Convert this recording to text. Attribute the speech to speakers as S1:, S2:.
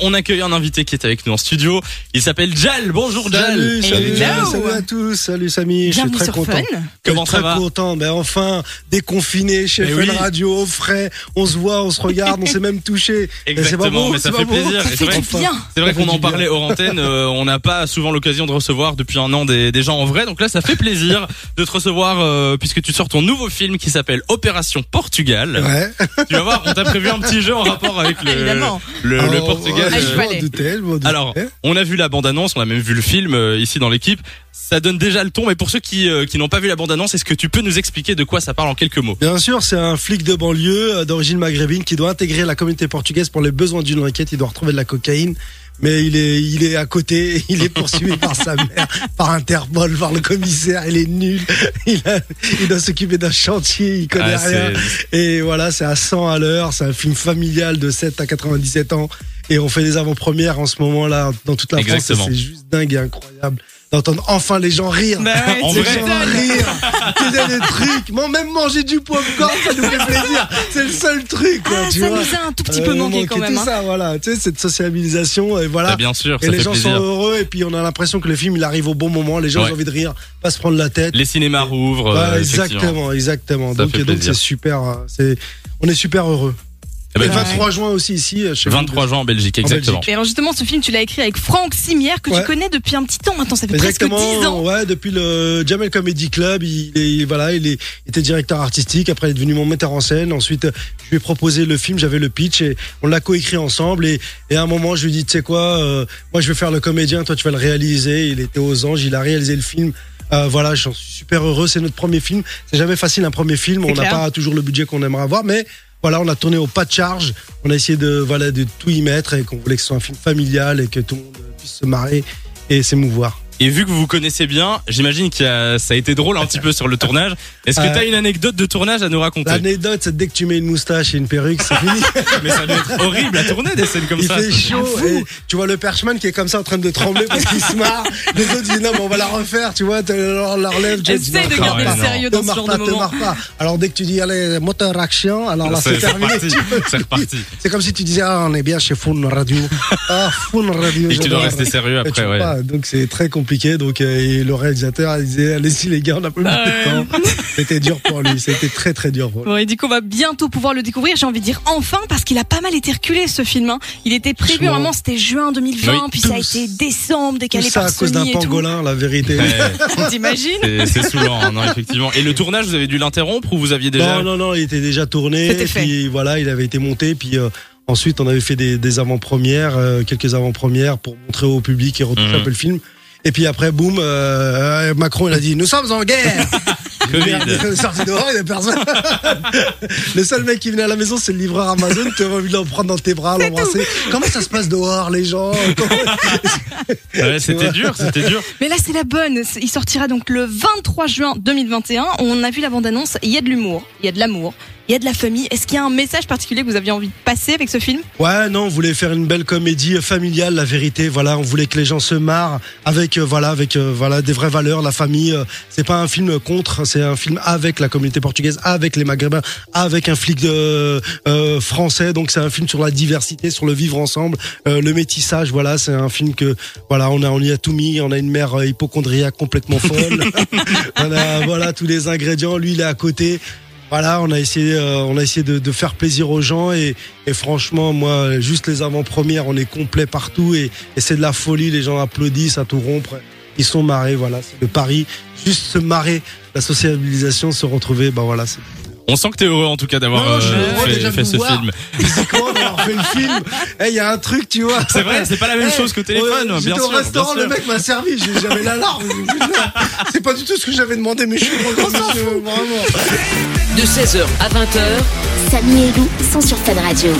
S1: On accueille un invité qui est avec nous en studio. Il s'appelle Jal. Bonjour Jal.
S2: Salut, salut,
S1: Hello.
S2: salut, salut à tous, salut Samy, je suis
S3: Bienvenue
S2: très
S3: sur
S2: content.
S3: Fun.
S1: Comment
S2: Je
S1: ça
S2: suis
S1: va
S2: Très content, ben enfin déconfiné chez
S1: Eh
S2: Fun
S1: oui.
S2: Radio, au frais, on se voit, on se regarde, on s'est même touché.
S1: Exactement,
S2: c'est pas beau,
S1: mais ça
S2: c'est pas
S1: fait
S2: beau.
S1: plaisir.
S3: Ça
S1: Et
S3: fait
S1: C'est vrai,
S3: du
S2: enfin.
S3: bien.
S1: c'est vrai
S2: Ça
S1: qu'on
S2: fait
S1: en
S2: du bien.
S1: parlait hors antenne. euh, on n'a pas souvent l'occasion de recevoir depuis un an des, des gens en vrai. Donc là, ça fait plaisir de te recevoir euh, puisque tu sors ton nouveau film qui s'appelle Opération Portugal.
S2: Ouais.
S1: Tu vas voir, on t'a prévu un petit jeu en rapport avec le,
S3: Évidemment.
S1: le, le
S2: Alors,
S1: Portugal.
S2: Oh, ouais,
S3: Ah, il
S2: je
S1: euh,
S3: fallait.
S2: m'en doutais, je Eh m'en doutais.
S1: Alors, on a vu la bande-annonce, on a même vu le film euh, ici dans l'équipe. Ça donne déjà le ton, mais pour ceux qui, euh, qui n'ont pas vu la bande-annonce, est-ce que tu peux nous expliquer de quoi ça parle en quelques mots
S2: Bien sûr, c'est un flic de banlieue euh, d'origine maghrébine qui doit intégrer la communauté portugaise pour les besoins d'une enquête. Il doit retrouver de la cocaïne, mais il est, il est à côté, et il est poursuivi par sa mère, par Interpol, par le commissaire. Il est nul. Il, a- il doit s'occuper d'un chantier, il connaît
S1: Ah,
S2: rien.
S1: c'est-
S2: Et voilà, c'est à 100 à l'heure, c'est un film familial de 7 à 97 ans. Et on fait des avant-premières en ce moment-là dans toute la
S1: Exactement.
S2: France. et C'est juste dingue et incroyable d'entendre enfin les gens rire.
S3: Bah ouais,
S1: En
S3: tu
S2: les
S1: vrai.
S2: gens
S3: m'étonnes.
S2: rire, T'aider des trucs, Moi, même manger du popcorn, ça nous fait plaisir. C'est le seul truc, quoi,
S3: Ah,
S2: tu
S3: ça
S2: vois.
S3: nous a un tout petit peu
S2: Euh,
S3: manqué
S2: manquer
S3: quand même.
S2: tout
S3: hein.
S2: ça, voilà, tu sais, cette sociabilisation et voilà.
S1: Bah, bien sûr,
S2: et
S1: ça
S2: les
S1: fait
S2: gens
S1: plaisir.
S2: sont heureux et puis on a l'impression que le film il arrive au bon moment. Les gens
S1: Ouais.
S2: ont envie de rire, pas se prendre la tête.
S1: Les cinémas rouvrent. euh,
S2: Voilà,
S1: effectivement.
S2: Bah, exactement, exactement.
S1: Ça
S2: donc
S1: fait
S2: et donc
S1: plaisir.
S2: c'est super, euh, c'est on est super heureux.
S1: Eh ben,
S2: Et
S3: Ouais.
S2: 23 juin aussi ici euh, chez vous.
S1: 23 juin en Belgique, exactement.
S3: Et alors justement, ce film, tu l'as écrit avec Franck Simière, que
S2: Ouais.
S3: tu connais depuis un petit temps maintenant, ça fait
S2: Exactement.
S3: presque 10 ans.
S2: Ouais, depuis le Jamel Comedy Club, il est voilà, il est il était directeur artistique. Après, il est devenu mon metteur en scène. Ensuite, je lui ai proposé le film, j'avais le pitch et on l'a coécrit ensemble. Et, et à un moment, je lui ai dit, tu sais quoi, euh, moi je vais faire le comédien, toi tu vas le réaliser. Il était aux anges, il a réalisé le film. Euh, voilà, j'en suis super heureux. C'est notre premier film. C'est jamais facile un premier film.
S3: C'est
S2: On n'a
S3: clair.
S2: pas toujours le budget qu'on aimerait avoir, mais voilà, on a tourné au pas de charge. On a essayé de voilà de tout y mettre et qu'on voulait que ce soit un film familial et que tout le monde puisse se marrer et s'émouvoir.
S1: Et vu que vous vous connaissez bien, j'imagine que ça a été drôle un petit peu sur le tournage. Est-ce que
S2: Euh,
S1: t'as une anecdote de tournage à nous raconter
S2: L'anecdote, c'est dès que tu mets une moustache et une perruque, c'est fini.
S1: Mais ça doit être horrible à tourner des scènes comme
S2: il
S1: ça.
S2: fait chaud. Et tu vois le perchman qui est comme ça en train de trembler parce qu'il se marre. Les autres disent non, mais on va la refaire, tu vois. tu leur leur lève. tu- tu
S3: Essaye
S2: marres
S3: de
S2: pas.
S1: Ah ouais,
S3: garder le
S1: non.
S3: sérieux
S2: Te
S3: dans ce
S2: marre
S3: genre
S2: pas,
S3: de
S2: te
S3: moment.
S2: marre pas. Alors dès que tu dis allez moteur action, alors là c'est
S1: C'est c'est
S2: terminé.
S1: reparti. C'est reparti.
S2: C'est comme si tu disais ah, on est bien chez Fun Radio. Ah Fun Radio.
S1: Et tu dois
S2: j'adore.
S1: rester sérieux
S2: Et tu
S1: après,
S2: peux
S1: ouais.
S2: pas, donc c'est très compliqué. Donc euh, et le réalisateur il disait allez-y les gars, on a plus
S3: Ah Ouais.
S2: de temps. C'était dur pour lui, c'était très très dur pour lui.
S3: Euh, Bon, et du coup, on va bientôt pouvoir le découvrir, j'ai envie de dire enfin, parce qu'il a pas mal été reculé ce film. hein. Il était prévu,
S2: Franchement.
S3: normalement, c'était juin 2020,
S1: Oui.
S3: puis ça a
S2: Tous.
S3: été décembre,
S2: Tout
S3: décalé
S2: ça
S3: par
S2: à cause d'un
S3: Sony et tout.
S2: pangolin, la vérité.
S1: Ouais,
S3: T'imagines
S1: c'est- C'est saoulant, hein, non, effectivement. Et le tournage, vous avez dû l'interrompre ou vous aviez déjà.
S2: Non, non, non, il était déjà tourné.
S3: C'était
S2: Puis voilà, il avait été monté. Puis euh, ensuite, on avait fait des, des avant-premières, euh, quelques avant-premières pour montrer au public et retoucher
S1: Mhm.
S2: un peu le film. Et puis après, boum, euh, euh, Macron, il a dit Nous sommes en guerre Merde,
S1: Covid.
S2: Il est sorti dehors, il y a personne. le seul mec qui venait à la maison, c'est le livreur Amazon. Tu aurais envie de le prendre dans tes bras, l'embrasser. Comment ça se passe dehors, les gens Comment-
S1: Ouais, C'était dur, c'était dur.
S3: Mais là, c'est la bonne. C'est- Il sortira donc le 23 juin 2021. On a vu la bande-annonce. Il y a de l'humour, il y a de l'amour, il y a de la famille. Est-ce qu'il y a un message particulier que vous aviez envie de passer avec ce film
S2: Ouais, non, on voulait faire une belle comédie euh, familiale, la vérité. Voilà, on voulait que les gens se marrent avec, euh, voilà, avec, euh, voilà, des vraies valeurs, la famille. euh, c'est pas un film contre, c'est un film avec la communauté portugaise, avec les Maghrébins, avec un flic euh, euh, français. Donc c'est un film sur la diversité, sur le vivre ensemble, euh, le métissage. Voilà, c'est un film que, voilà, on a, on y a tout mis. On a une mère euh, hypochondriaque complètement folle. on a, voilà, tous les ingrédients. Lui, il est à côté. Voilà, on a essayé, euh, on a essayé de, de faire plaisir aux gens et, et franchement, moi, juste les avant-premières, on est complet partout et, et c'est de la folie. Les gens applaudissent à tout rompre. Ils sont marrés, voilà, c'est le pari. Juste se marrer, la sociabilisation, se retrouver, bah voilà, c'est
S1: On sent que t'es heureux en tout cas d'avoir
S2: Non, je suis
S1: euh,
S2: heureux
S1: fait,
S2: déjà de
S1: fait
S2: vous
S1: ce
S2: voir.
S1: film.
S2: physiquement d'avoir fait le film. Eh, Il y a un truc, tu vois.
S1: C'est vrai, c'est pas la même
S2: Eh,
S1: chose que téléphone,
S2: ouais,
S1: bien
S2: J'étais
S1: sûr.
S2: au restaurant,
S1: bien
S2: le
S1: sûr.
S2: mec m'a servi, j'ai- j'avais l'alarme. C'est pas du tout ce que j'avais demandé, mais je suis content, monsieur, vraiment.
S4: de 16h à 20h.
S5: Samy et Lou sont sur Fan Radio.